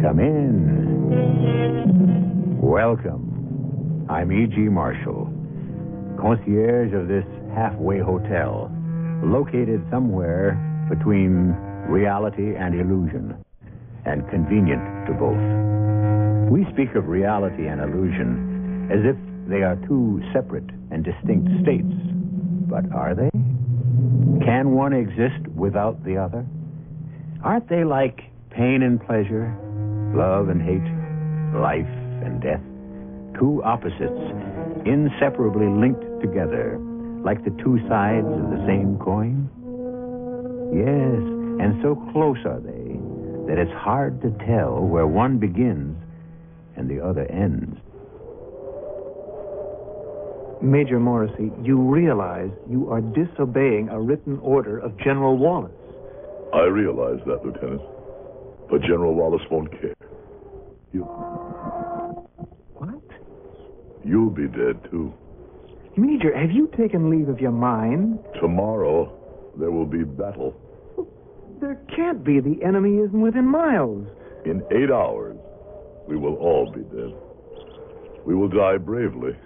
Come in. Welcome. I'm E.G. Marshall, concierge of this halfway hotel, located somewhere between reality and illusion, and convenient to both. We speak of reality and illusion as if they are two separate and distinct states. But are they? Can one exist without the other? Aren't they like pain and pleasure, love and hate, life and death? Two opposites, inseparably linked together, like the two sides of the same coin? Yes, and so close are they that it's hard to tell where one begins and the other ends. Major Morrissey, you realize you are disobeying a written order of General Wallace. I realize that, Lieutenant. But General Wallace won't care. You. What? You'll be dead, too. Major, have you taken leave of your mind? Tomorrow, there will be battle. There can't be. The enemy isn't within miles. In eight hours, we will all be dead. We will die bravely.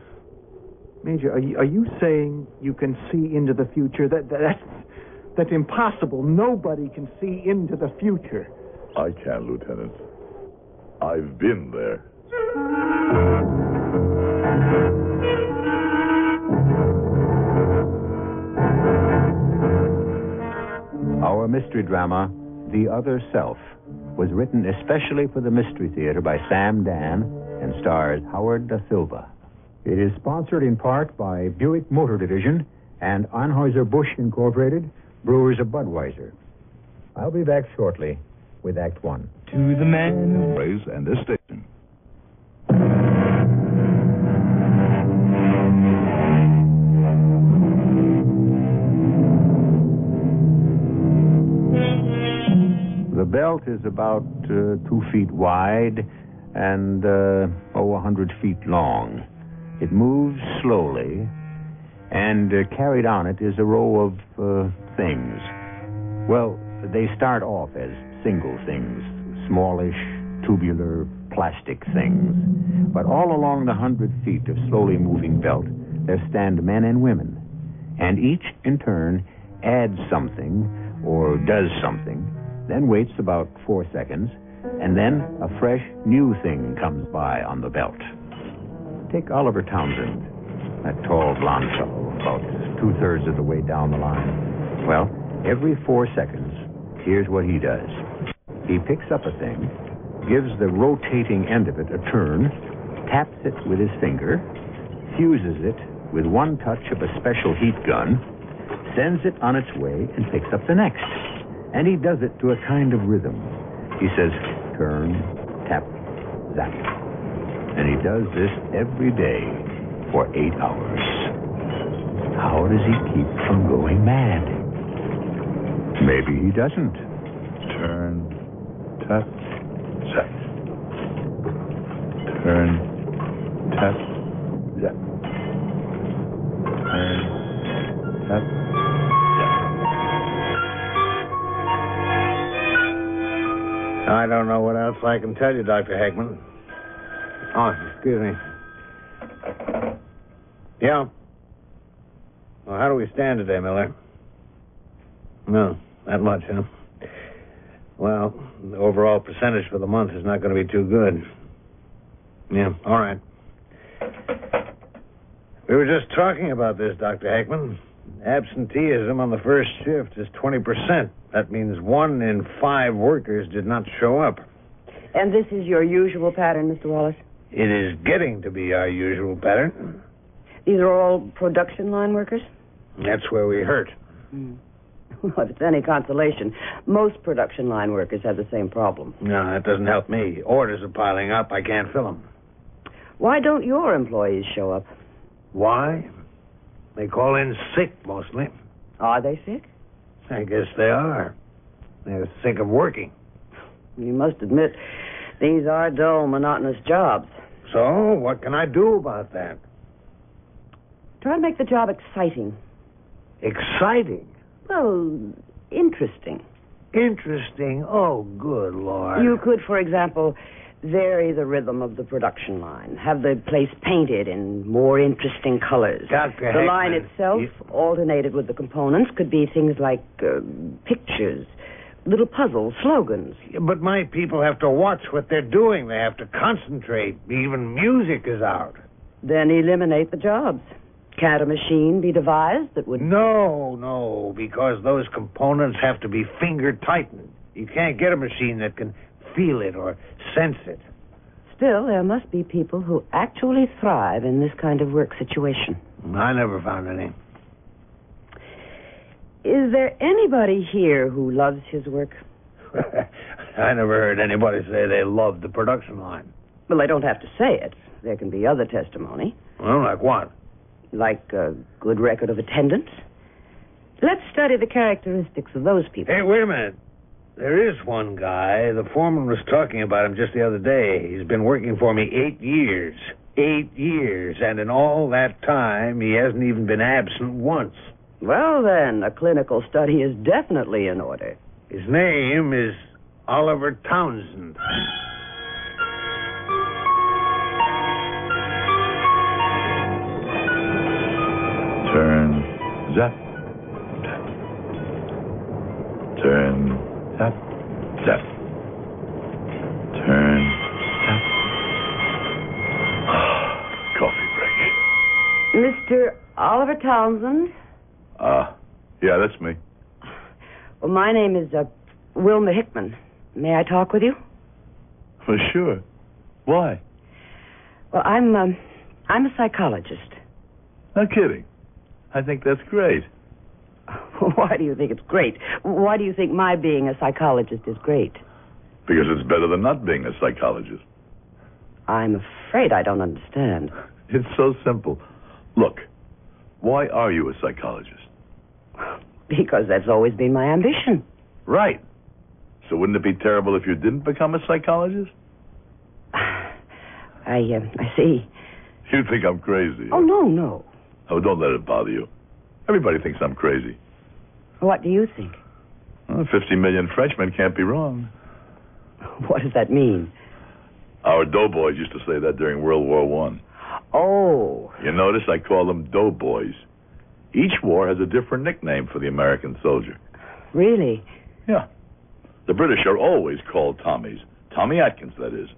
Major, are you, are you saying you can see into the future? That, that, that's, that's impossible. Nobody can see into the future. I can, Lieutenant. I've been there. Our mystery drama, The Other Self, was written especially for the Mystery Theater by Sam Dan and stars Howard Da Silva. It is sponsored in part by Buick Motor Division and Anheuser-Busch Incorporated, Brewers of Budweiser. I'll be back shortly with Act One. To the man who prays and this station. The belt is about uh, two feet wide and, uh, oh, 100 feet long. It moves slowly, and uh, carried on it is a row of uh, things. Well, they start off as single things, smallish, tubular, plastic things. But all along the hundred feet of slowly moving belt, there stand men and women, and each in turn adds something or does something, then waits about four seconds, and then a fresh new thing comes by on the belt. Take Oliver Townsend, that tall blond fellow, about two thirds of the way down the line. Well, every four seconds, here's what he does he picks up a thing, gives the rotating end of it a turn, taps it with his finger, fuses it with one touch of a special heat gun, sends it on its way, and picks up the next. And he does it to a kind of rhythm. He says, turn, tap, zap. And he does this every day for eight hours. How does he keep from going mad? Maybe he doesn't. Turn, tap, zap. Turn, tap, zap. Turn, tap, zap. I don't know what else I can tell you, Dr. Hagman. Oh, excuse me. Yeah. Well, how do we stand today, Miller? No, that much, huh? Well, the overall percentage for the month is not going to be too good. Yeah, all right. We were just talking about this, Dr. Hackman. Absenteeism on the first shift is 20%. That means one in five workers did not show up. And this is your usual pattern, Mr. Wallace? It is getting to be our usual pattern. These are all production line workers? That's where we hurt. Mm. Well, if it's any consolation, most production line workers have the same problem. No, that doesn't help me. Orders are piling up. I can't fill them. Why don't your employees show up? Why? They call in sick mostly. Are they sick? I guess they are. They're sick of working. You must admit, these are dull, monotonous jobs. So, what can I do about that? Try to make the job exciting. Exciting? Well, interesting. Interesting. Oh, good Lord. You could, for example, vary the rhythm of the production line, have the place painted in more interesting colors. Dr. The line Heckman, itself, you- alternated with the components, could be things like uh, pictures, little puzzles, slogans. But my people have to watch what they're doing. They have to concentrate. Even music is out. Then eliminate the jobs. Can't a machine be devised that would. No, no, because those components have to be finger tightened. You can't get a machine that can feel it or sense it. Still, there must be people who actually thrive in this kind of work situation. I never found any. Is there anybody here who loves his work? I never heard anybody say they loved the production line. Well, they don't have to say it. There can be other testimony, Well, like what? like a good record of attendance. Let's study the characteristics of those people. Hey, wait a minute. There is one guy. The foreman was talking about him just the other day. He's been working for me eight years. Eight years. And in all that time, he hasn't even been absent once. Well, then, a clinical study is definitely in order. His name is Oliver Townsend. Turn. Zap. Zap. Turn. Zap. Zap. Turn. Zap. Coffee break. Mr. Oliver Townsend? Ah, yeah, that's me. Well, my name is uh, Wilma Hickman. May I talk with you? For sure. Why? Well, I'm um, I'm a psychologist. No kidding. I think that's great. Why do you think it's great? Why do you think my being a psychologist is great? Because it's better than not being a psychologist. I'm afraid I don't understand. It's so simple. Look, why are you a psychologist? Because that's always been my ambition. Right. So wouldn't it be terrible if you didn't become a psychologist? I um I see. You think I'm crazy. Oh no, no. Oh, don't let it bother you. Everybody thinks I'm crazy. What do you think? Well, 50 million Frenchmen can't be wrong. What does that mean? Our doughboys used to say that during World War One. Oh, You notice I call them doughboys. Each war has a different nickname for the American soldier. really? Yeah. The British are always called Tommies. Tommy Atkins, that is.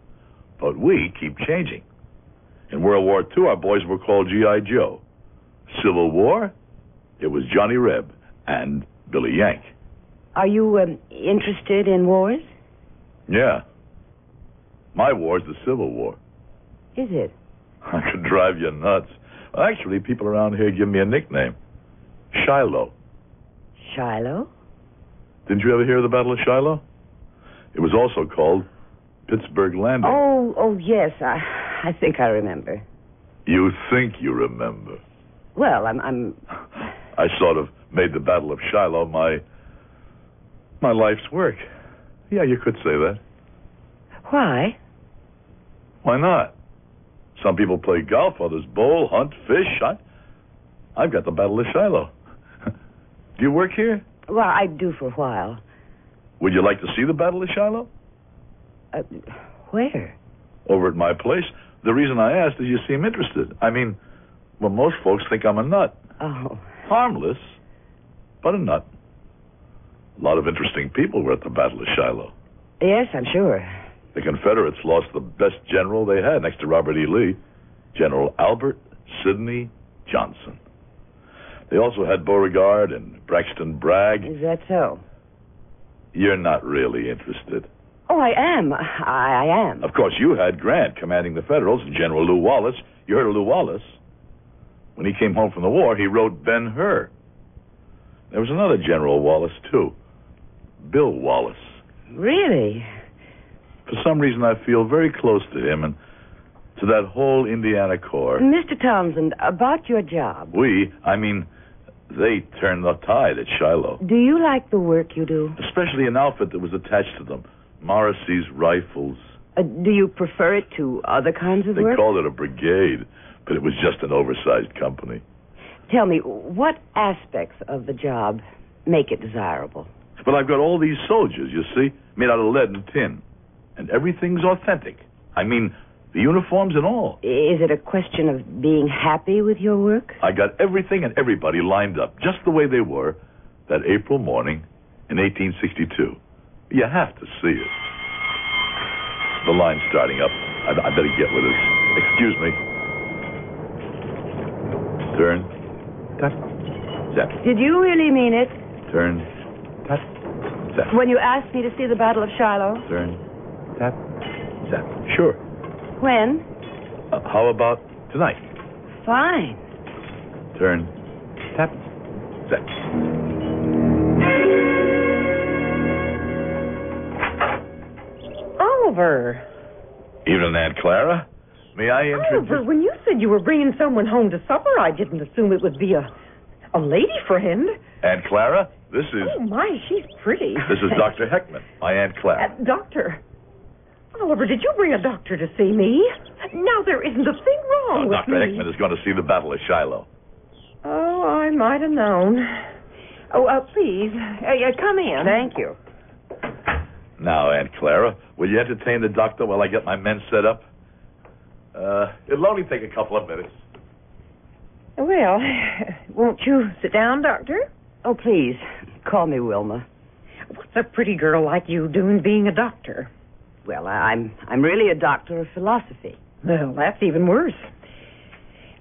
But we keep changing. In World War II, our boys were called G.I. Joe. Civil War, it was Johnny Reb and Billy Yank. Are you um, interested in wars? Yeah. My war's the Civil War. Is it? I could drive you nuts. Actually, people around here give me a nickname Shiloh. Shiloh? Didn't you ever hear of the Battle of Shiloh? It was also called Pittsburgh Landing. Oh, oh yes, I I think I remember. You think you remember. Well, I'm I'm I sort of made the Battle of Shiloh my my life's work. Yeah, you could say that. why? Why not? Some people play golf, others bowl, hunt, fish. I, I've got the Battle of Shiloh. do you work here? Well, I do for a while. Would you like to see the Battle of Shiloh? Uh, where? Over at my place. The reason I asked is you seem interested. I mean, well, most folks think I'm a nut. Oh, Harmless, but a nut. A lot of interesting people were at the Battle of Shiloh. yes, I'm sure. The Confederates lost the best general they had next to Robert E. Lee, General Albert Sidney Johnson. They also had Beauregard and Braxton Bragg. Is that so? You're not really interested. Oh, I am. I, I am. Of course, you had Grant commanding the Federals and General Lew Wallace. You heard of Lew Wallace. When he came home from the war, he wrote Ben Hur. There was another General Wallace, too, Bill Wallace. Really? For some reason, I feel very close to him and to that whole Indiana Corps. Mr. Townsend, about your job. We, I mean, they turned the tide at Shiloh, Do you like the work you do? especially an outfit that was attached to them Morrissey's Rifles. Uh, do you prefer it to other kinds of They work? called it a brigade, but it was just an oversized company. Tell me, what aspects of the job make it desirable? But I've got all these soldiers, you see, made out of lead and tin. And everything's authentic. I mean, the uniforms and all. Is it a question of being happy with your work? I got everything and everybody lined up just the way they were that April morning in 1862. You have to see it. The line's starting up. I, I better get with it. Excuse me. Turn. Tut. Zap. Did you really mean it Turn. Tut. Zap. when you asked me to see the Battle of Shiloh? Turn. Tut. Zap. Sure. When? Uh, how about tonight? Fine. Turn. Tut. Zap. Oliver. Evening, Aunt Clara. May I Oliver, introduce? when you said you were bringing someone home to supper, I didn't assume it would be a a lady friend. Aunt Clara, this is Oh my, she's pretty. this is Dr. Heckman, my Aunt Clara. Uh, doctor. Oliver, did you bring a doctor to see me? Now there isn't a thing wrong Oh, with Dr. me. Heckman is going to see the Battle of Shiloh. Oh, I might have known. Oh, uh, please, uh, yeah, come in. Thank you. Now, Aunt Clara, will you entertain the doctor while I get my men set up? Uh, it'll only take a couple of minutes. Well, won't you sit down, doctor? Oh, please, call me Wilma. What's a pretty girl like you doing being a doctor? Well, I- I'm I'm really a doctor of philosophy. Well, that's even worse.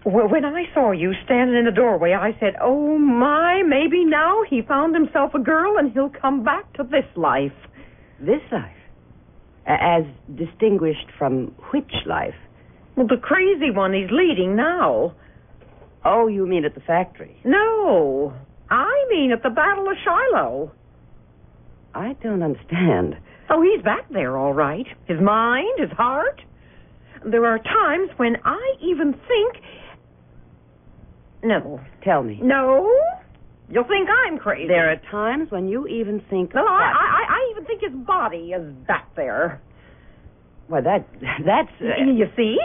Well, when I saw you standing in the doorway, I said, "Oh my, maybe now he found himself a girl and he'll come back to this life." This life, a- as distinguished from which life? Well, the crazy one he's leading now. Oh, you mean at the factory? No, I mean at the Battle of Shiloh. I don't understand. Oh, he's back there, all right. His mind, his heart. There are times when I even think. No, Tell me. no, you'll think I'm crazy. There are times when you even think. "Oh, Well, I, that- I, I- I even think his body is back there. Well, that that's. uh, Y- you see?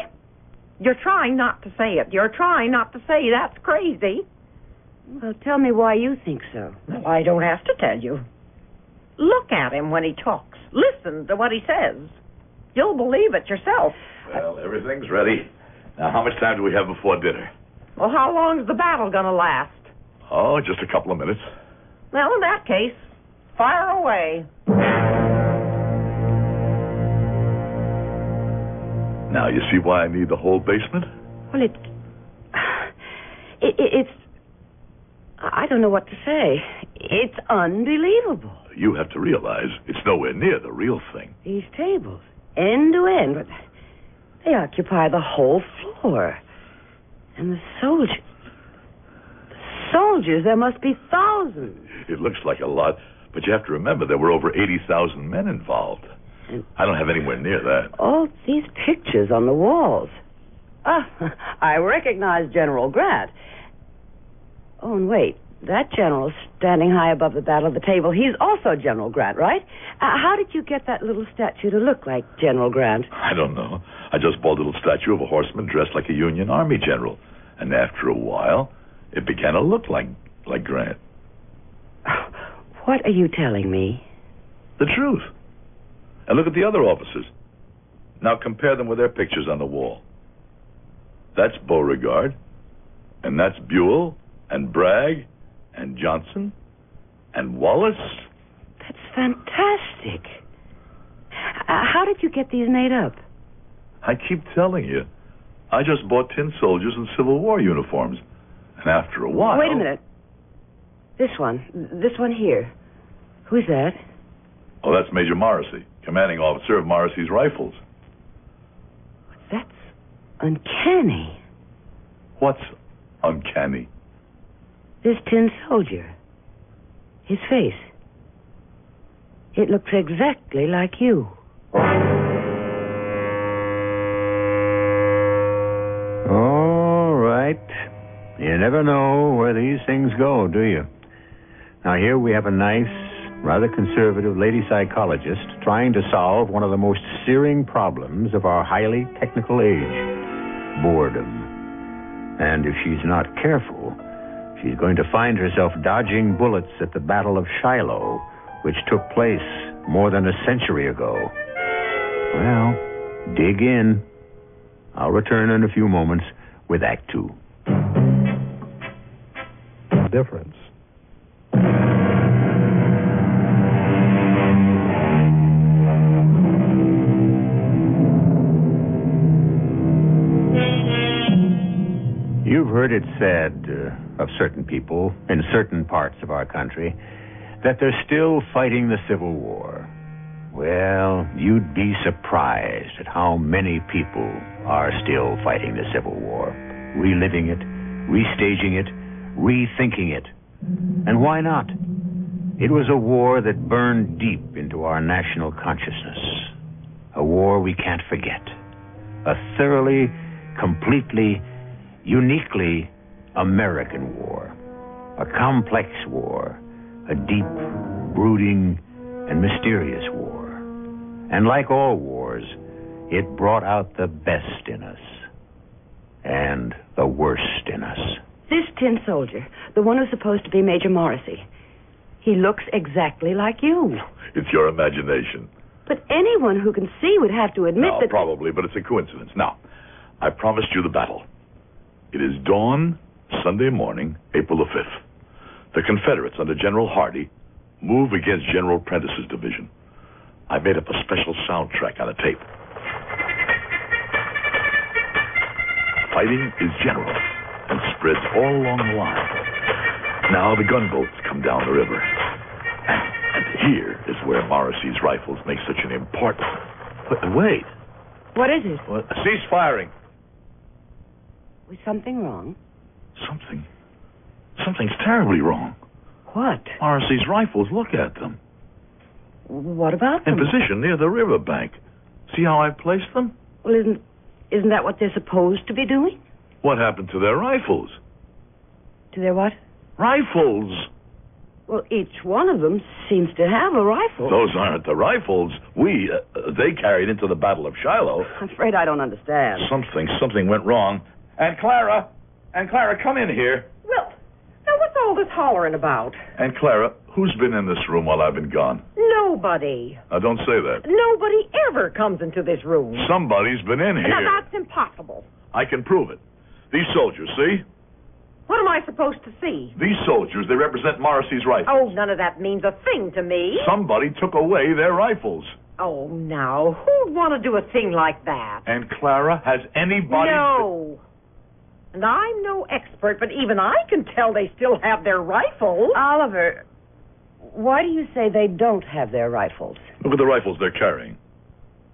You're trying not to say it. You're trying not to say that's crazy. well, tell me why you think so. Well, I don't have to tell you. Look at him when he talks. Listen to what he says. You'll believe it yourself. Well, everything's ready. Now, how much time do we have before dinner? Well, how long's the battle going to last? Oh, just a couple of minutes. Well, in that case, fire away. Now, you see why I need the whole basement? Well, it, it, it it's. I don't know what to say. It's unbelievable. You have to realize it's nowhere near the real thing. These tables, end to end, but they occupy the whole floor. And the soldiers. The soldiers, there must be thousands. It looks like a lot, but you have to remember there were over 80,000 men involved. Oh. I don't have anywhere near that. All these pictures on the walls. Ah, I recognize General Grant. Oh, and wait. That general standing high above the battle of the table, he's also General Grant, right? Uh, how did you get that little statue to look like General Grant? I don't know. I just bought a little statue of a horseman dressed like a Union Army general. And after a while, it began to look like, like Grant. What are you telling me? The truth. And look at the other officers. Now compare them with their pictures on the wall. That's Beauregard, and that's Buell, and Bragg, and Johnson, and Wallace. That's fantastic. Uh, how did you get these made up? I keep telling you, I just bought tin soldiers and Civil War uniforms. And after a while. Wait a minute. This one. This one here. Who's that? Oh, that's Major Morrissey, commanding officer of Morrissey's Rifles. That's uncanny. What's uncanny? This tin soldier. His face. It looks exactly like you. All right. You never know where these things go, do you? Now, here we have a nice, rather conservative lady psychologist trying to solve one of the most searing problems of our highly technical age boredom. And if she's not careful, she's going to find herself dodging bullets at the Battle of Shiloh which took place more than a century ago. Well, dig in. I'll return in a few moments with Act Two. difference. You've heard it said uh, of certain people in certain parts of our country that they're still fighting the Civil War. Well, you'd be surprised at how many people are still fighting the Civil War, reliving it, restaging it, rethinking it. And why not? It was a war that burned deep into our national consciousness, a war we can't forget, a thoroughly, completely, uniquely American war, a complex war, a deep, brooding, and mysterious war. And like all wars, it brought out the best in us and the worst in us. This tin soldier, the one who's supposed to be Major Morrissey, he looks exactly like you. It's your imagination. But anyone who can see would have to admit No, that. probably, but it's a coincidence. Now, I promised you the battle. It is dawn, Sunday morning, April the 5th. The Confederates, under General Hardee, move against General Prentice's division. I made up a special soundtrack on a tape. Fighting is general and spreads all along the line. Now the gunboats come down the river. And here is where Morrissey's rifles make such an important. Wait, Wait. What is it? What? Cease firing. Was something wrong? Something. Something's terribly wrong. What? Morrissey's rifles, look at them. What about In them? position near the riverbank. See how I've placed them? Well, isn't isn't that what they're supposed to be doing? What happened to their rifles? Do they what? Rifles! Well, each one of them seems to have a rifle. Those aren't the rifles we, uh, uh, they carried into the Battle of Shiloh. I'm afraid I don't understand. Something, something went wrong. And Clara, and Clara, come in here. Well, now what's all this hollering about? And Clara, who's been in this room while I've been gone? Nobody. Now, don't say that. Nobody ever comes into this room. Somebody's been in Now, here. that's impossible. I can prove it. These soldiers, see? What am I supposed to see? These soldiers, they represent Morrissey's rifles. Oh, none of that means a thing to me. Somebody took away their rifles. Oh, now, who'd want to do a thing like that? And Clara, has anybody? No. And I'm no expert, but even I can tell they still have their rifles. Uh, Oliver, why do you say they don't have their rifles? Look at the rifles they're carrying.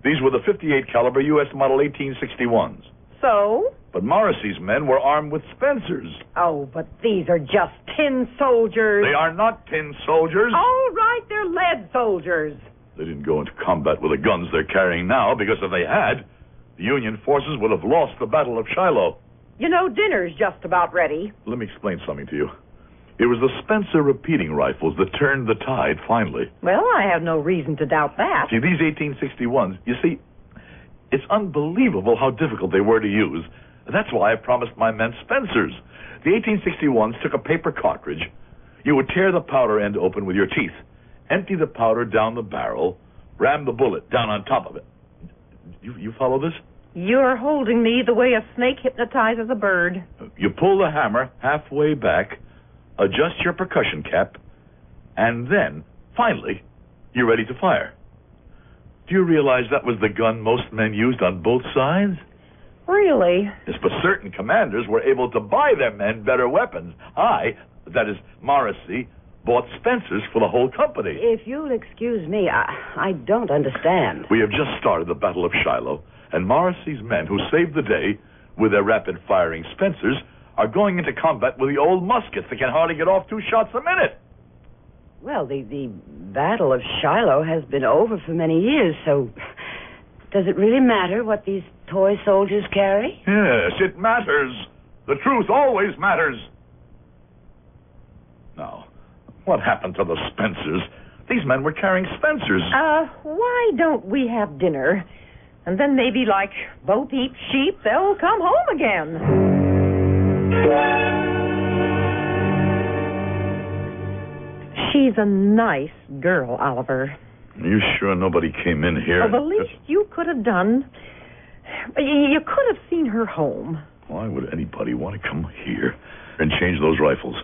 These were the 58 caliber U.S. model 1861s. so? But Morrissey's men were armed with Spencers. Oh, but these are just tin soldiers. They are not tin soldiers. All right, they're lead soldiers. They didn't go into combat with the guns they're carrying now because if they had, the Union forces would have lost the Battle of Shiloh. You know, dinner's just about ready. Let me explain something to you. It was the Spencer repeating rifles that turned the tide finally. Well, I have no reason to doubt that. See, these 1861s, you see, it's unbelievable how difficult they were to use. That's why I promised my men Spencers. The 1861s took a paper cartridge. You would tear the powder end open with your teeth, empty the powder down the barrel, ram the bullet down on top of it. You, you follow this? You're holding me the way a snake hypnotizes a bird. You pull the hammer halfway back, adjust your percussion cap, and then, finally, you're ready to fire. Do you realize that was the gun most men used on both sides? Really? Yes, but certain commanders were able to buy their men better weapons. I, that is, Morrissey, bought Spencer's for the whole company. If you'll excuse me, I, I don't understand. We have just started the Battle of Shiloh, and Morrissey's men, who saved the day with their rapid firing Spencers, are going into combat with the old muskets that can hardly get off two shots a minute. Well, the, the Battle of Shiloh has been over for many years, so does it really matter what these toy soldiers carry? Yes, it matters. The truth always matters. Now, what happened to the Spencers? These men were carrying Spencers. Uh, why don't we have dinner? And then maybe, like Bo Peep sheep, they'll come home again. She's a nice girl, Oliver. Are you sure nobody came in here? Oh, the least you could have done, y- you could have seen her home. Why would anybody want to come here and change those rifles?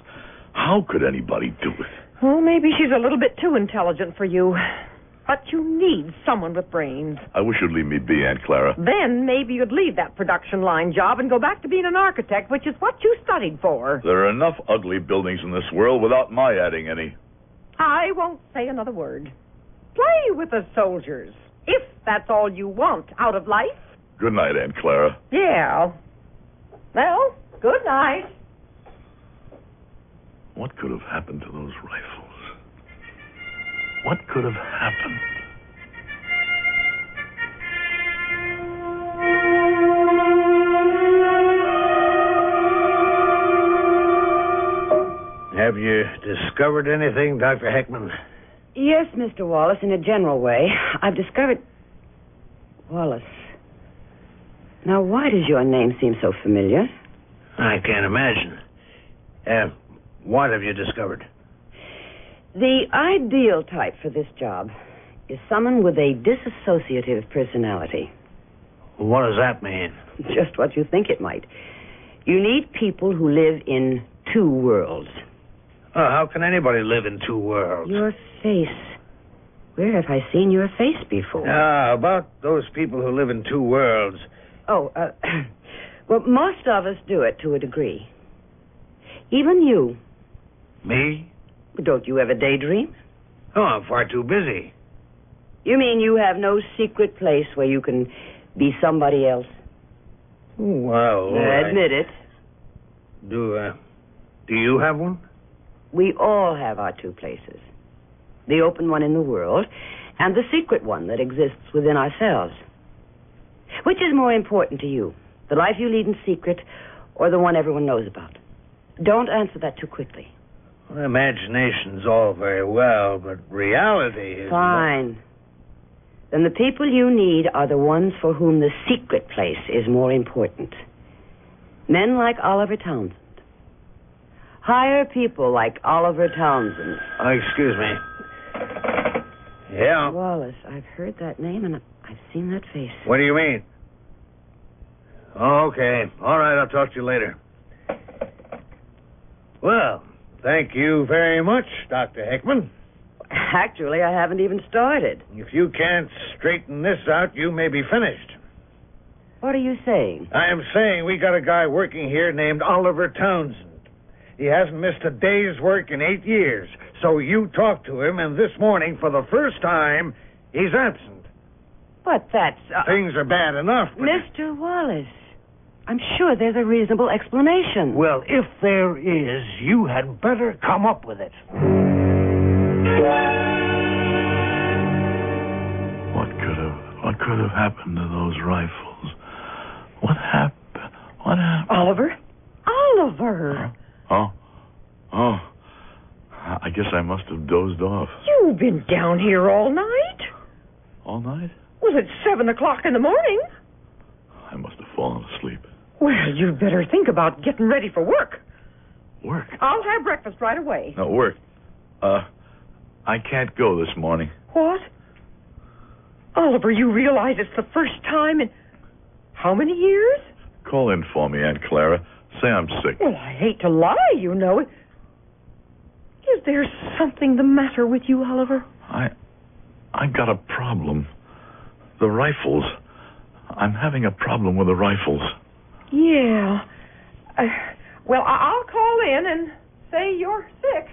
How could anybody do it? Well, maybe she's a little bit too intelligent for you. But you need someone with brains. I wish you'd leave me be, Aunt Clara. Then maybe you'd leave that production line job and go back to being an architect, which is what you studied for. There are enough ugly buildings in this world without my adding any. I won't say another word. Play with the soldiers, if that's all you want out of life. Good night, Aunt Clara. Yeah. Well, good night. What could have happened to those rifles? What could have happened? Have you discovered anything, Dr. Heckman? Yes, Mr. Wallace, in a general way. I've discovered. Wallace. Now, why does your name seem so familiar? I can't imagine. Uh, what have you discovered? The ideal type for this job is someone with a disassociative personality. What does that mean? Just what you think it might. You need people who live in two worlds. Oh, how can anybody live in two worlds? Your face. Where have I seen your face before? Ah, about those people who live in two worlds. Oh, uh, well, most of us do it to a degree. Even you. Me? Don't you ever daydream? Oh, I'm far too busy. You mean you have no secret place where you can be somebody else? Well, I- Admit it. do uh, do you have one? We all have our two places the open one in the world and the secret one that exists within ourselves. Which is more important to you, the life you lead in secret or the one everyone knows about? Don't answer that too quickly. Well, imagination's all very well, but reality is Fine. Then the people you need are the ones for whom the secret place is more important. Men like Oliver Townsend. Hire people like Oliver Townsend. Oh, excuse me. Yeah. Wallace, I've heard that name and I've seen that face. What do you mean? Oh, okay. All right, I'll talk to you later. Well, thank you very much, Dr. Heckman. Actually, I haven't even started. If you can't straighten this out, you may be finished. What are you saying? I am saying we got a guy working here named Oliver Townsend. He hasn't missed a day's work in eight years. So you talked to him, and this morning, for the first time, he's absent. But that's. Uh, Things are bad enough. But... Mr. Wallace, I'm sure there's a reasonable explanation. Well, if there is, you had better come up with it. What could have what could have happened to those rifles? What happened? What happened? Oliver? Oliver! Oh. Oh. I guess I must have dozed off You've been down here all night. all night. Was it seven o'clock in the morning? I must have fallen asleep. Well, you'd better think about getting ready for work. Work. I'll have breakfast right away. No, work. Uh, I can't go this morning. What? Oliver, you realize it's the first time in how many years? Call in for me, Aunt Clara. Say I'm sick. Well, I hate to lie, you know. Is there something the matter with you, Oliver? I, I got a problem. The rifles. I'm having a problem with the rifles. Yeah. Uh, well, I- I'll call in and say you're sick.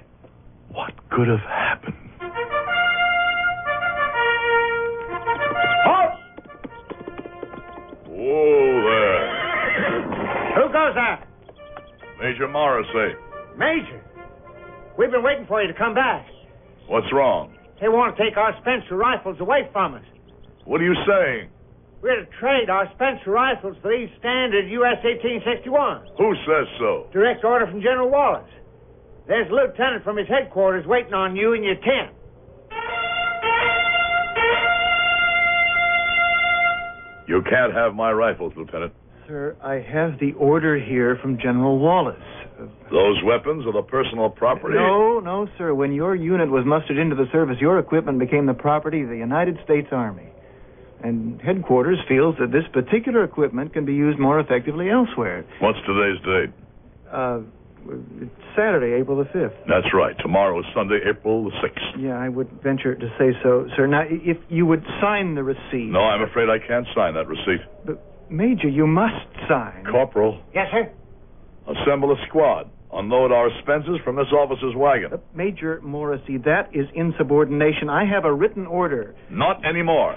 What could have happened? Whoa there. Who goes there? Major Morrissey, Major. We've been waiting for you to come back. what's wrong? They want to take our Spencer rifles away from us. What are you saying? We're to trade our Spencer rifles for these standard U.S. 1861. Who says so? Direct order from General Wallace. There's a lieutenant from his headquarters waiting on you in your tent. You can't have my rifles, Lieutenant. Sir, I have the order here from General Wallace Those weapons are the personal property. No, no, sir. When your unit was mustered into the service, your equipment became the property of the United States Army. And headquarters feels that this particular equipment can be used more effectively elsewhere. What's today's date? Uh, it's Saturday, April the 5th. That's right. Tomorrow is Sunday, April the 6th. Yeah, I would venture to say so, sir. Now, i- if you would sign the receipt. No, I'm afraid I can't sign that receipt. But, Major, you must sign. Corporal, Yes, sir. assemble a squad. Unload our expenses from this officer's wagon. Uh, Major Morrissey, that is insubordination. I have a written order. Not anymore.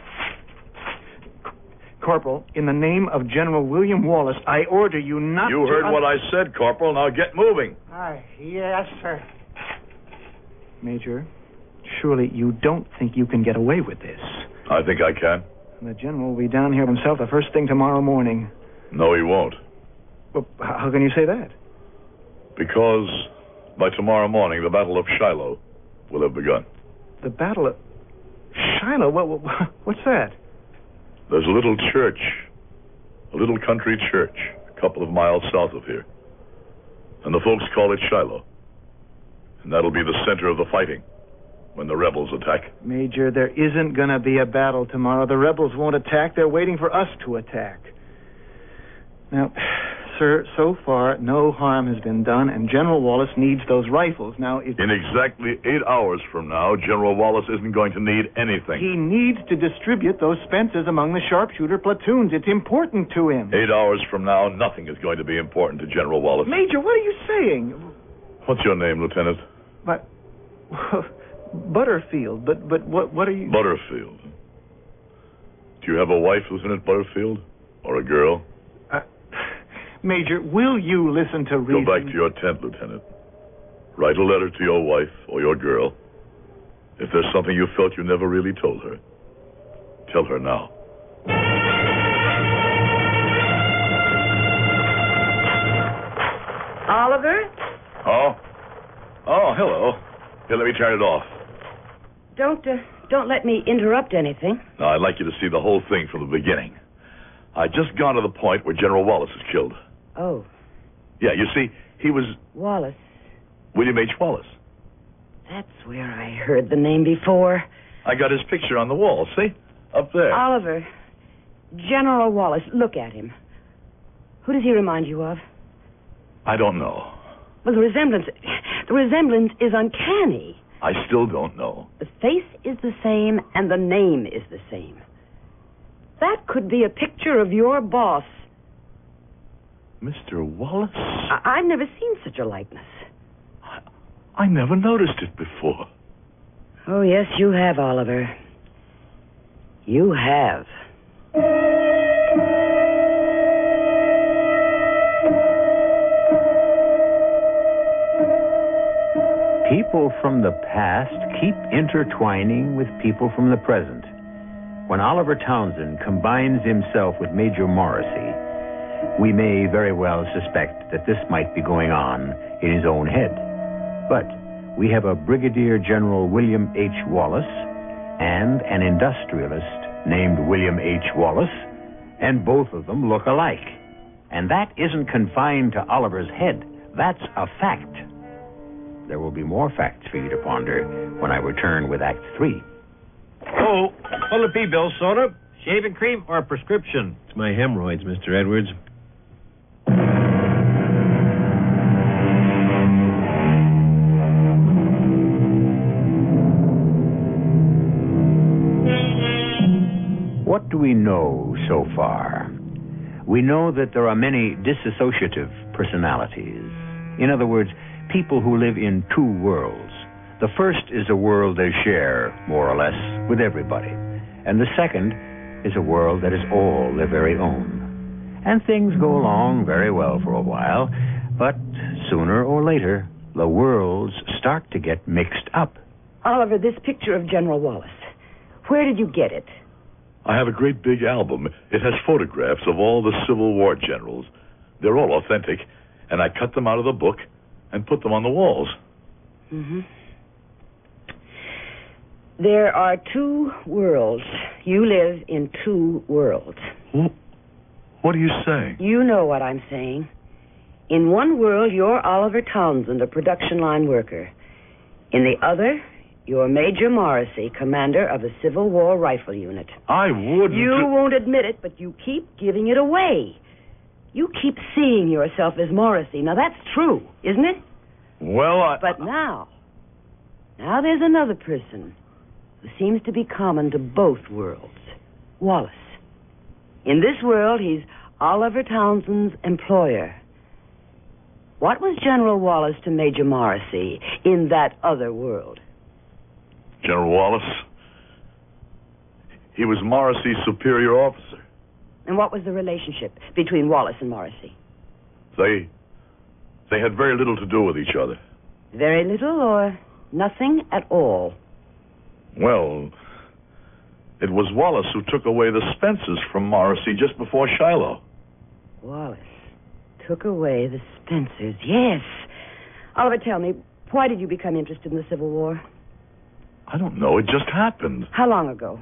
Corporal, in the name of General William Wallace, I order you not You to heard un- what I said, Corporal. Now get moving. Aye, yes, sir. Major, surely you don't think you can get away with this. I think I can. The general will be down here himself the first thing tomorrow morning. No, he won't. Well, h- how can you say that? Because by tomorrow morning, the Battle of Shiloh will have begun. The Battle of Shiloh. What, what, what's that? There's a little church, a little country church, a couple of miles south of here. And the folks call it Shiloh. And that'll be the center of the fighting when the rebels attack. Major, there isn't going to be a battle tomorrow. The rebels won't attack. They're waiting for us to attack. Now, sir, so far no harm has been done, and General Wallace needs those rifles. Now, if In exactly eight hours from now, General Wallace isn't going to need anything. he needs to distribute those Spencers among the sharpshooter platoons, it's important to him. Eight hours from now, nothing is going to be important to General Wallace. Major, what are you saying? What's your name, Lieutenant? But Butterfield, but but what what are you? Butterfield. Do you have a wife, Lieutenant Butterfield? Or a girl? Uh, Major, will you listen to Go reason? back to your tent, Lieutenant. Write a letter to your wife or your girl. If there's something you felt you never really told her, tell her now. Oliver, Oh? Oh, hello. Here, let me turn it off. don't uh, don't let me interrupt anything. Now, I'd like you to see the whole thing from the beginning. I just gone to the point where General Wallace is killed. Oh, Yeah, you see, he was Wallace, William H. Wallace. that's where I heard the name before. I got his picture on the wall, see? Up there. Oliver, General Wallace, look at him. Who does he remind you of? I don't know. Well, the resemblance the resemblance is uncanny. I still don't know. The face is the same and the name is the same. That could be a picture of your boss. Mr. Wallace? I- I've never seen such a likeness. I never noticed it before. Oh, yes, you have, Oliver. You have. People from the past keep intertwining with people from the present. When Oliver Townsend combines himself with Major Morrissey, we may very well suspect that this might be going on in his own head. But we have a Brigadier General William H. Wallace and an industrialist named William H. Wallace, and both of them look alike. And that isn't confined to Oliver's head, that's a fact. There will be more facts for you to ponder when I return with Act Three. Oh, full of P-bill soda, shaving cream, or a prescription? It's my hemorrhoids, Mr. Edwards. What do we know so far? We know that there are many disassociative personalities. In other words, people who live in two worlds. The first is a world they share, more or less, with everybody. And the second is a world that is all their very own. And things go along very well for a while, but sooner or later, the worlds start to get mixed up. Oliver, this picture of General Wallace. Where did you get it? I have a great big album. It has photographs of all the Civil War generals. They're all authentic, and I cut them out of the book and put them on the walls. Mm-hmm. There are two worlds. You live in two worlds. What are you saying? You know what I'm saying. In one world, you're Oliver Townsend, a production line worker. In the other, you're Major Morrissey, commander of a Civil War rifle unit. I wouldn't. You do- won't admit it, but you keep giving it away. You keep seeing yourself as Morrissey. Now, that's true, isn't it? Well, I. But now, now there's another person who seems to be common to both worlds Wallace. In this world, he's Oliver Townsend's employer. What was General Wallace to Major Morrissey in that other world? General Wallace. He was Morrissey's superior officer. And what was the relationship between Wallace and Morrissey? They. They had very little to do with each other. Very little or nothing at all. Well, it was Wallace who took away the Spencers from Morrissey just before Shiloh. Wallace took away the Spencers. Yes. Oliver, tell me, why did you become interested in the Civil War? I don't know. It just happened. How long ago?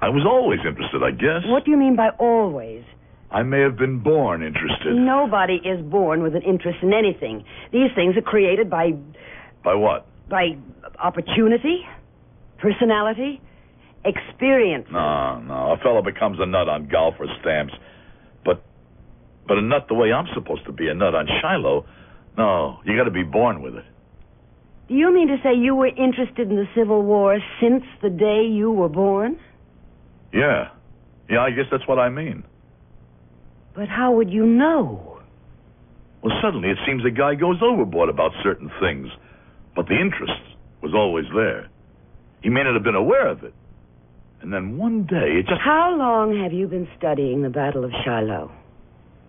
I was always interested, I guess. What do you mean by always? I may have been born interested. Nobody is born with an interest in anything. These things are created by By what? by opportunity, personality, experience. No, no. A fellow becomes a nut on golf or stamps, but but a nut the way I'm supposed to be a nut on Shiloh. No, you got to be born with it. Do you mean to say you were interested in the Civil War since the day you were born? Yeah, yeah. I guess that's what I mean. But how would you know? Well, suddenly it seems a guy goes overboard about certain things, but the interest was always there. He may not have been aware of it, and then one day it just How long have you been studying the Battle of Shiloh?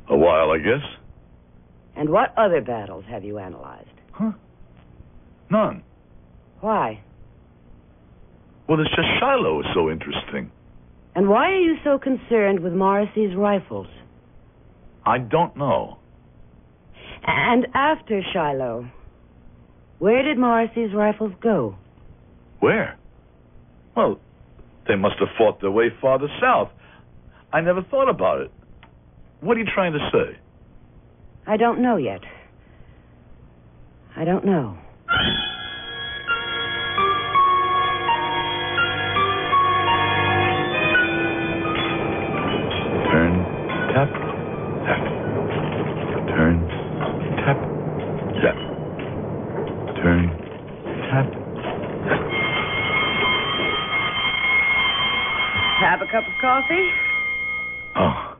a while, I guess. And what other battles have you analyzed? Huh? None. Why? Well, it's just Shiloh is so interesting. And why are you so concerned with Morrissey's rifles? I don't know. And after Shiloh, where did Morrissey's rifles go? Where? Well, they must have fought their way farther south. I never thought about it. What are you trying to say? I don't know yet. I don't know. Turn, tap, tap. Turn, tap, tap. Turn, tap. Have a cup of coffee? Oh,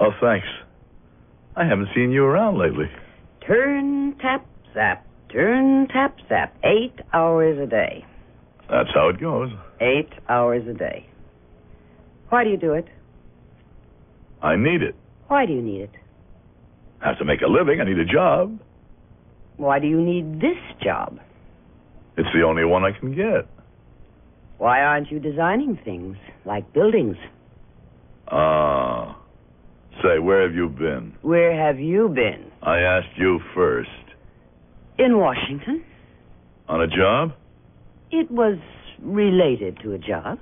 oh, thanks. I haven't seen you around lately. Turn, tap, zap. Turn, tap, zap. Eight hours a day. That's how it goes. Eight hours a day. Why do you do it? I need it. Why do you need it? I have to make a living. I need a job. Why do you need this job? It's the only one I can get. Why aren't you designing things like buildings? Ah. say, where have you been? Where have you been? I asked you first. In Washington. On a job? It was related to a job.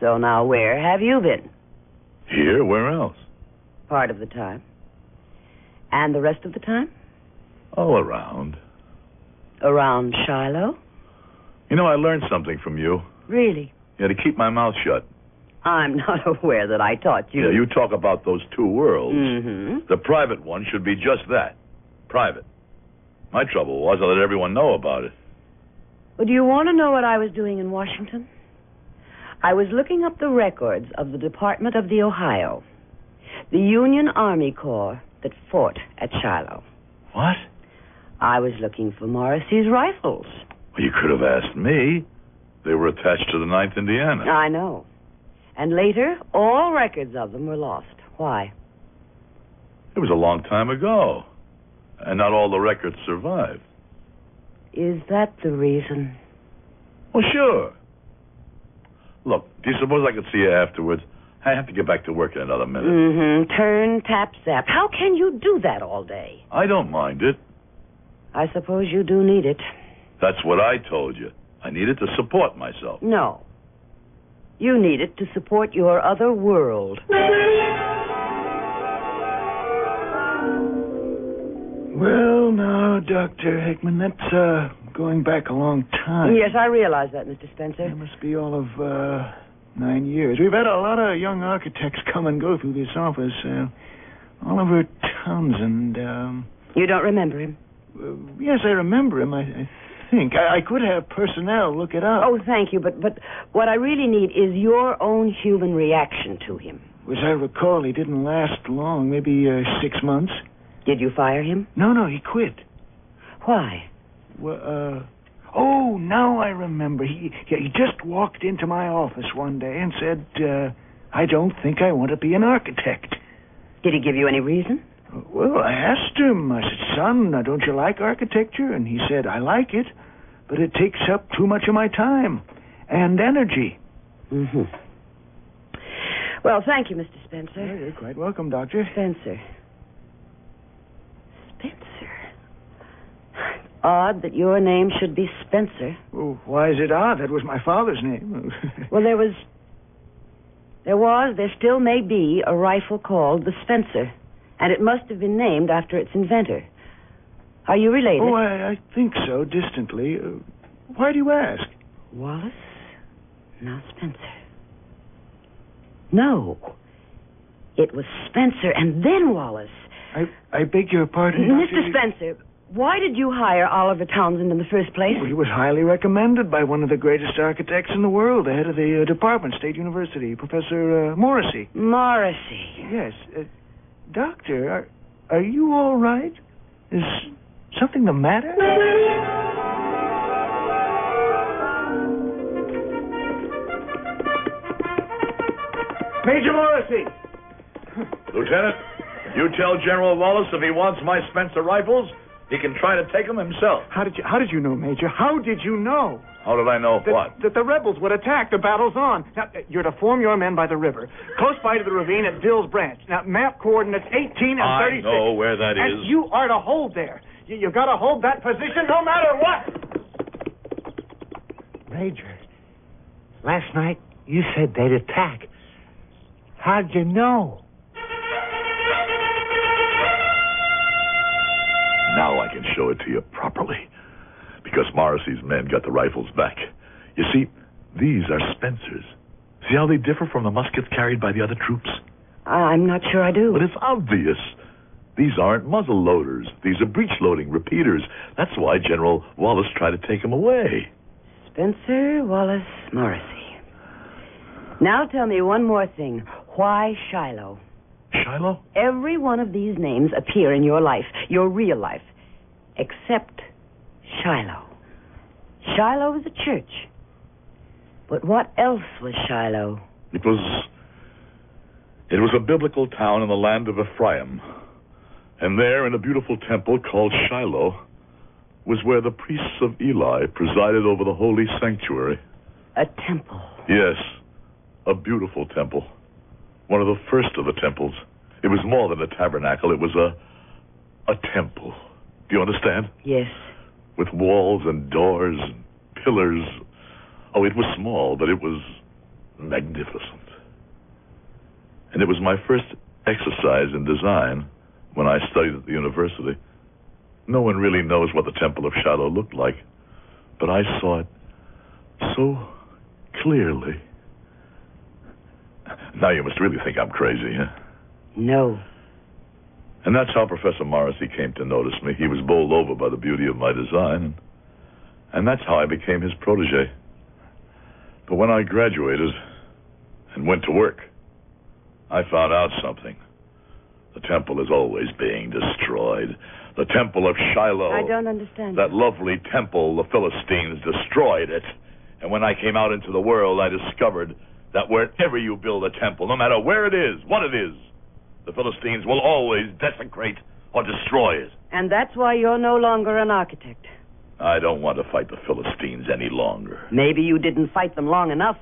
So now where have you been? Here? Where else? Part of the time. And the rest of the time? All around. Around Shiloh? You know, I learned something from you. Really? You had to keep my mouth shut. I'm not aware that I taught you. Yeah, Mm. you talk about those two worlds. Mm-hmm. The private one should be just that private. My trouble was I let everyone know about it. Well, do you want to know what I was doing in Washington? I was looking up the records of the Department of the Ohio, the Union Army Corps that fought at Shiloh. What? I was looking for Morrissey's rifles. Well, you could have asked me. They were attached to the Ninth Indiana. I know. And later, all records of them were lost. Why? It was a long time ago. And not all the records survived. Is that the reason? Well, sure. Look, do you suppose I could see you afterwards? I have to get back to work in another minute. Mm-hmm. Turn, tap, zap. How can you do that all day? I don't mind it. I suppose you do need it. That's what I told you. I needed to support myself. No. You need it to support your other world. Well, now, Dr. Hickman, that's uh, going back a long time. Yes, I realize that, Mr. Spencer. It must be all of uh, nine years. We've had a lot of young architects come and go through this office. Uh, Oliver Townsend. Um, You don't remember him. uh, yes, I remember him. I, I think I, I could have personnel look it up. Oh, thank you, but but what I really need is your own human reaction to him. As I recall, he didn't last long. Maybe uh, six months. Did you fire him? No, no, he quit. Why? Well, uh, oh, now I remember. He he he just walked into my office one day and said, uh, "I don't think I want to be an architect." Did he give you any reason? Well, I asked him. I said, "Son, now, don't you like architecture?" And he said, "I like it, but it takes up too much of my time and energy." Mm-hmm. Well, thank you, Mr. Spencer. Well, you're quite welcome, Doctor. Spencer. Spencer. Odd that your name should be Spencer. Well, why is it odd? That was my father's name. Well, there was. There was, there still may be, a rifle called the Spencer. And it must have been named after its inventor. Are you related? oh, I, I think so, distantly. Uh, why do you ask? Wallace? Not Spencer. No. It was Spencer and then Wallace. I I beg your pardon, Doctor. Mr. Spencer, why did you hire Oliver Townsend in the first place? Well, he was highly recommended by one of the greatest architects in the world, the head of the uh, department, State University, Professor uh, Morrissey. Morrissey. Yes. Uh, doctor, are, are you all right? Is something the matter? Major Morrissey! Lieutenant, you tell General Wallace if he wants my Spencer rifles, he can try to take them himself. How did you how did you know, Major? How did you know? How did I know that, what? that the rebels would attack. The battle's on. Now, uh, you're to form your men by the river, close by to the ravine at Dill's Branch. Now, map coordinates 18 and I 36. know where that and is. you are to hold there. You, you've got to hold that position no matter what. Major, last night you said they'd attack. How'd you know? Now I can show it to you properly. Because Morrissey's men got the rifles back. You see, these are Spencer's. See how they differ from the muskets carried by the other troops? I- I'm not sure I do. But it's obvious. These aren't muzzle loaders. These are breech loading repeaters. That's why General Wallace tried to take them away. Spencer Wallace Morrissey. Now tell me one more thing. Why Shiloh? Shiloh? Every one of these names appear in your life, your real life, except Shiloh. Shiloh is a church. But what else was Shiloh? It was. It was a biblical town in the land of Ephraim. And there, in a beautiful temple called Shiloh, was where the priests of Eli presided over the holy sanctuary. A temple. Yes, a beautiful temple. One of the first of the temples. It was more than a tabernacle, it was a. a temple. Do you understand? Yes. With walls and doors and pillars. Oh, it was small, but it was magnificent. And it was my first exercise in design when I studied at the university. No one really knows what the Temple of Shiloh looked like, but I saw it so clearly. Now you must really think I'm crazy, huh? No. And that's how Professor Morrissey came to notice me. He was bowled over by the beauty of my design, and, and that's how I became his protege. But when I graduated and went to work, I found out something. The temple is always being destroyed. The temple of Oh, Shiloh. I don't understand. That lovely temple, the Philistines destroyed it. And when I came out into the world, I discovered that wherever you build a temple, no matter where it is, what it is, the Philistines will always desecrate or destroy it. And that's why you're no longer an architect. I don't want to fight the Philistines any longer. Maybe you didn't fight them long enough.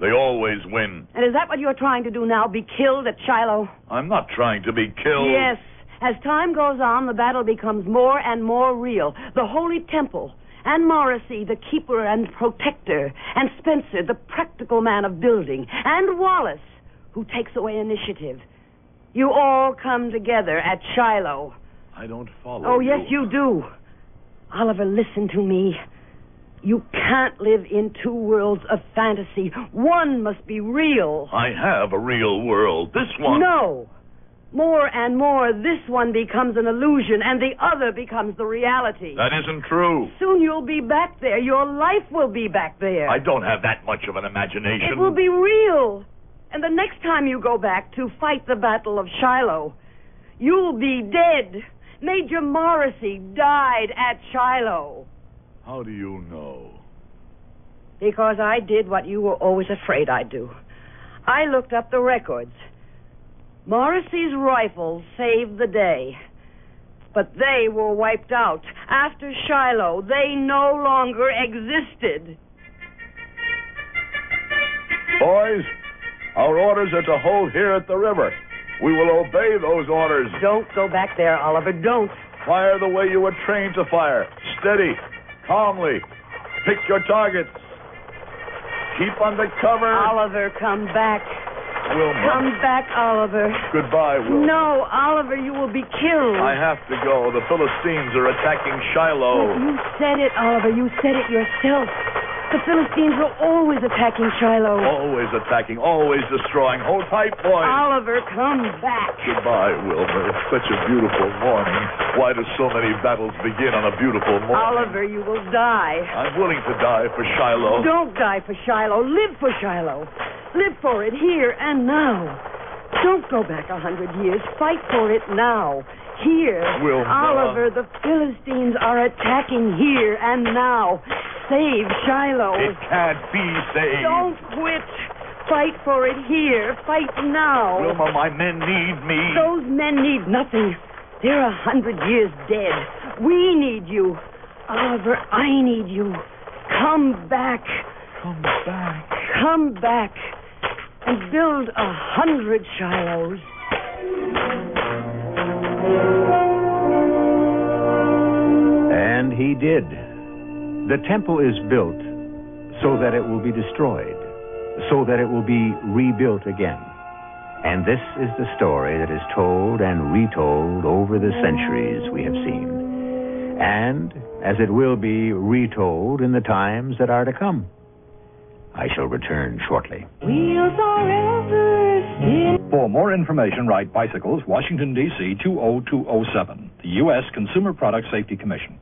They always win. And is that what you're trying to do now? Be killed at Shiloh? I'm not trying to be killed. Yes. As time goes on, the battle becomes more and more real. The Holy Temple, and Morrissey, the keeper and protector, and Spencer, the practical man of building, and Wallace, who takes away initiative. You all come together at Shiloh. I don't follow. Oh, yes, you do. Oliver, listen to me. You can't live in two worlds of fantasy. One must be real. I have a real world. This one. No. More and more, this one becomes an illusion and the other becomes the reality. That isn't true. Soon you'll be back there. Your life will be back there. I don't have that much of an imagination. It will be real. And the next time you go back to fight the Battle of Shiloh, you'll be dead. Major Morrissey died at Shiloh How do you know? because I did what you were always afraid I'd do. I looked up the records. Morrissey's rifles saved the day, but they were wiped out. After Shiloh, they no longer existed. Boys, our orders are to hold here at the river. We will obey those orders. Don't go back there, Oliver. Don't. Fire the way you were trained to fire. Steady, calmly. Pick your targets. Keep under cover. Oliver, come back. Wilma. Come back, Oliver. Goodbye, Wilma. No, Oliver, you will be killed. I have to go. The Philistines are attacking Shiloh. You said it, Oliver. You said it yourself. The Philistines were always attacking Shiloh. Always attacking, always destroying. Hold tight, boys. Oliver, come back. Goodbye, Wilbur. It's such a beautiful morning. Why do so many battles begin on a beautiful morning? Oliver, you will die. I'm willing to die for Shiloh. Don't die for Shiloh. Live for Shiloh. Live for it here and now. Don't go back a hundred years. Fight for it now. Here. Wilma. Oliver, the Philistines are attacking here and now. Save Shiloh. It can't be saved. Don't quit. Fight for it here. Fight now. Wilma, my men need me. Those men need nothing. They're a hundred years dead. We need you. Oliver, I need you. Come back. Come back. Come back. And build a hundred Shilohs. And he did. The temple is built so that it will be destroyed, so that it will be rebuilt again. And this is the story that is told and retold over the centuries we have seen. And as it will be retold in the times that are to come. I shall return shortly. For more information, write Bicycles, Washington, D.C. 20207, the U.S. Consumer Product Safety Commission.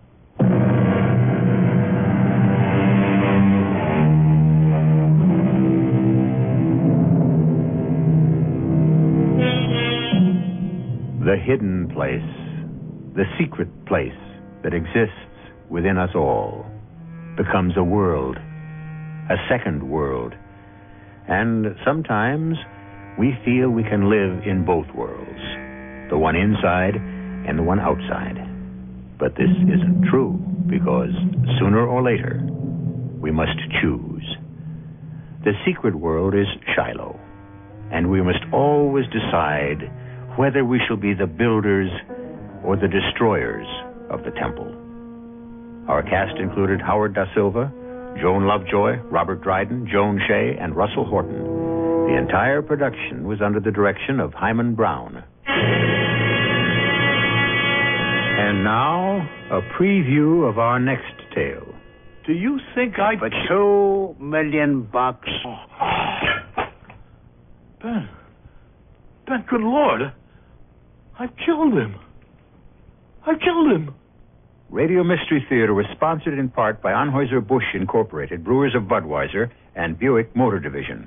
The hidden place, the secret place that exists within us all, becomes a world, a second world. And sometimes we feel we can live in both worlds, the one inside and the one outside. But this isn't true, because sooner or later, we must choose. The secret world is Shiloh, and we must always decide whether we shall be the builders or the destroyers of the temple. Our cast included Howard Da Silva, Joan Lovejoy, Robert Dryden, Joan Shea, and Russell Horton. The entire production was under the direction of Hyman Brown. And now, a preview of our next tale. Do you think I. For two million bucks. Ben. Ben, good Lord. I've killed him. I've killed him. Radio Mystery Theater was sponsored in part by Anheuser-Busch Incorporated, Brewers of Budweiser, and Buick Motor Division.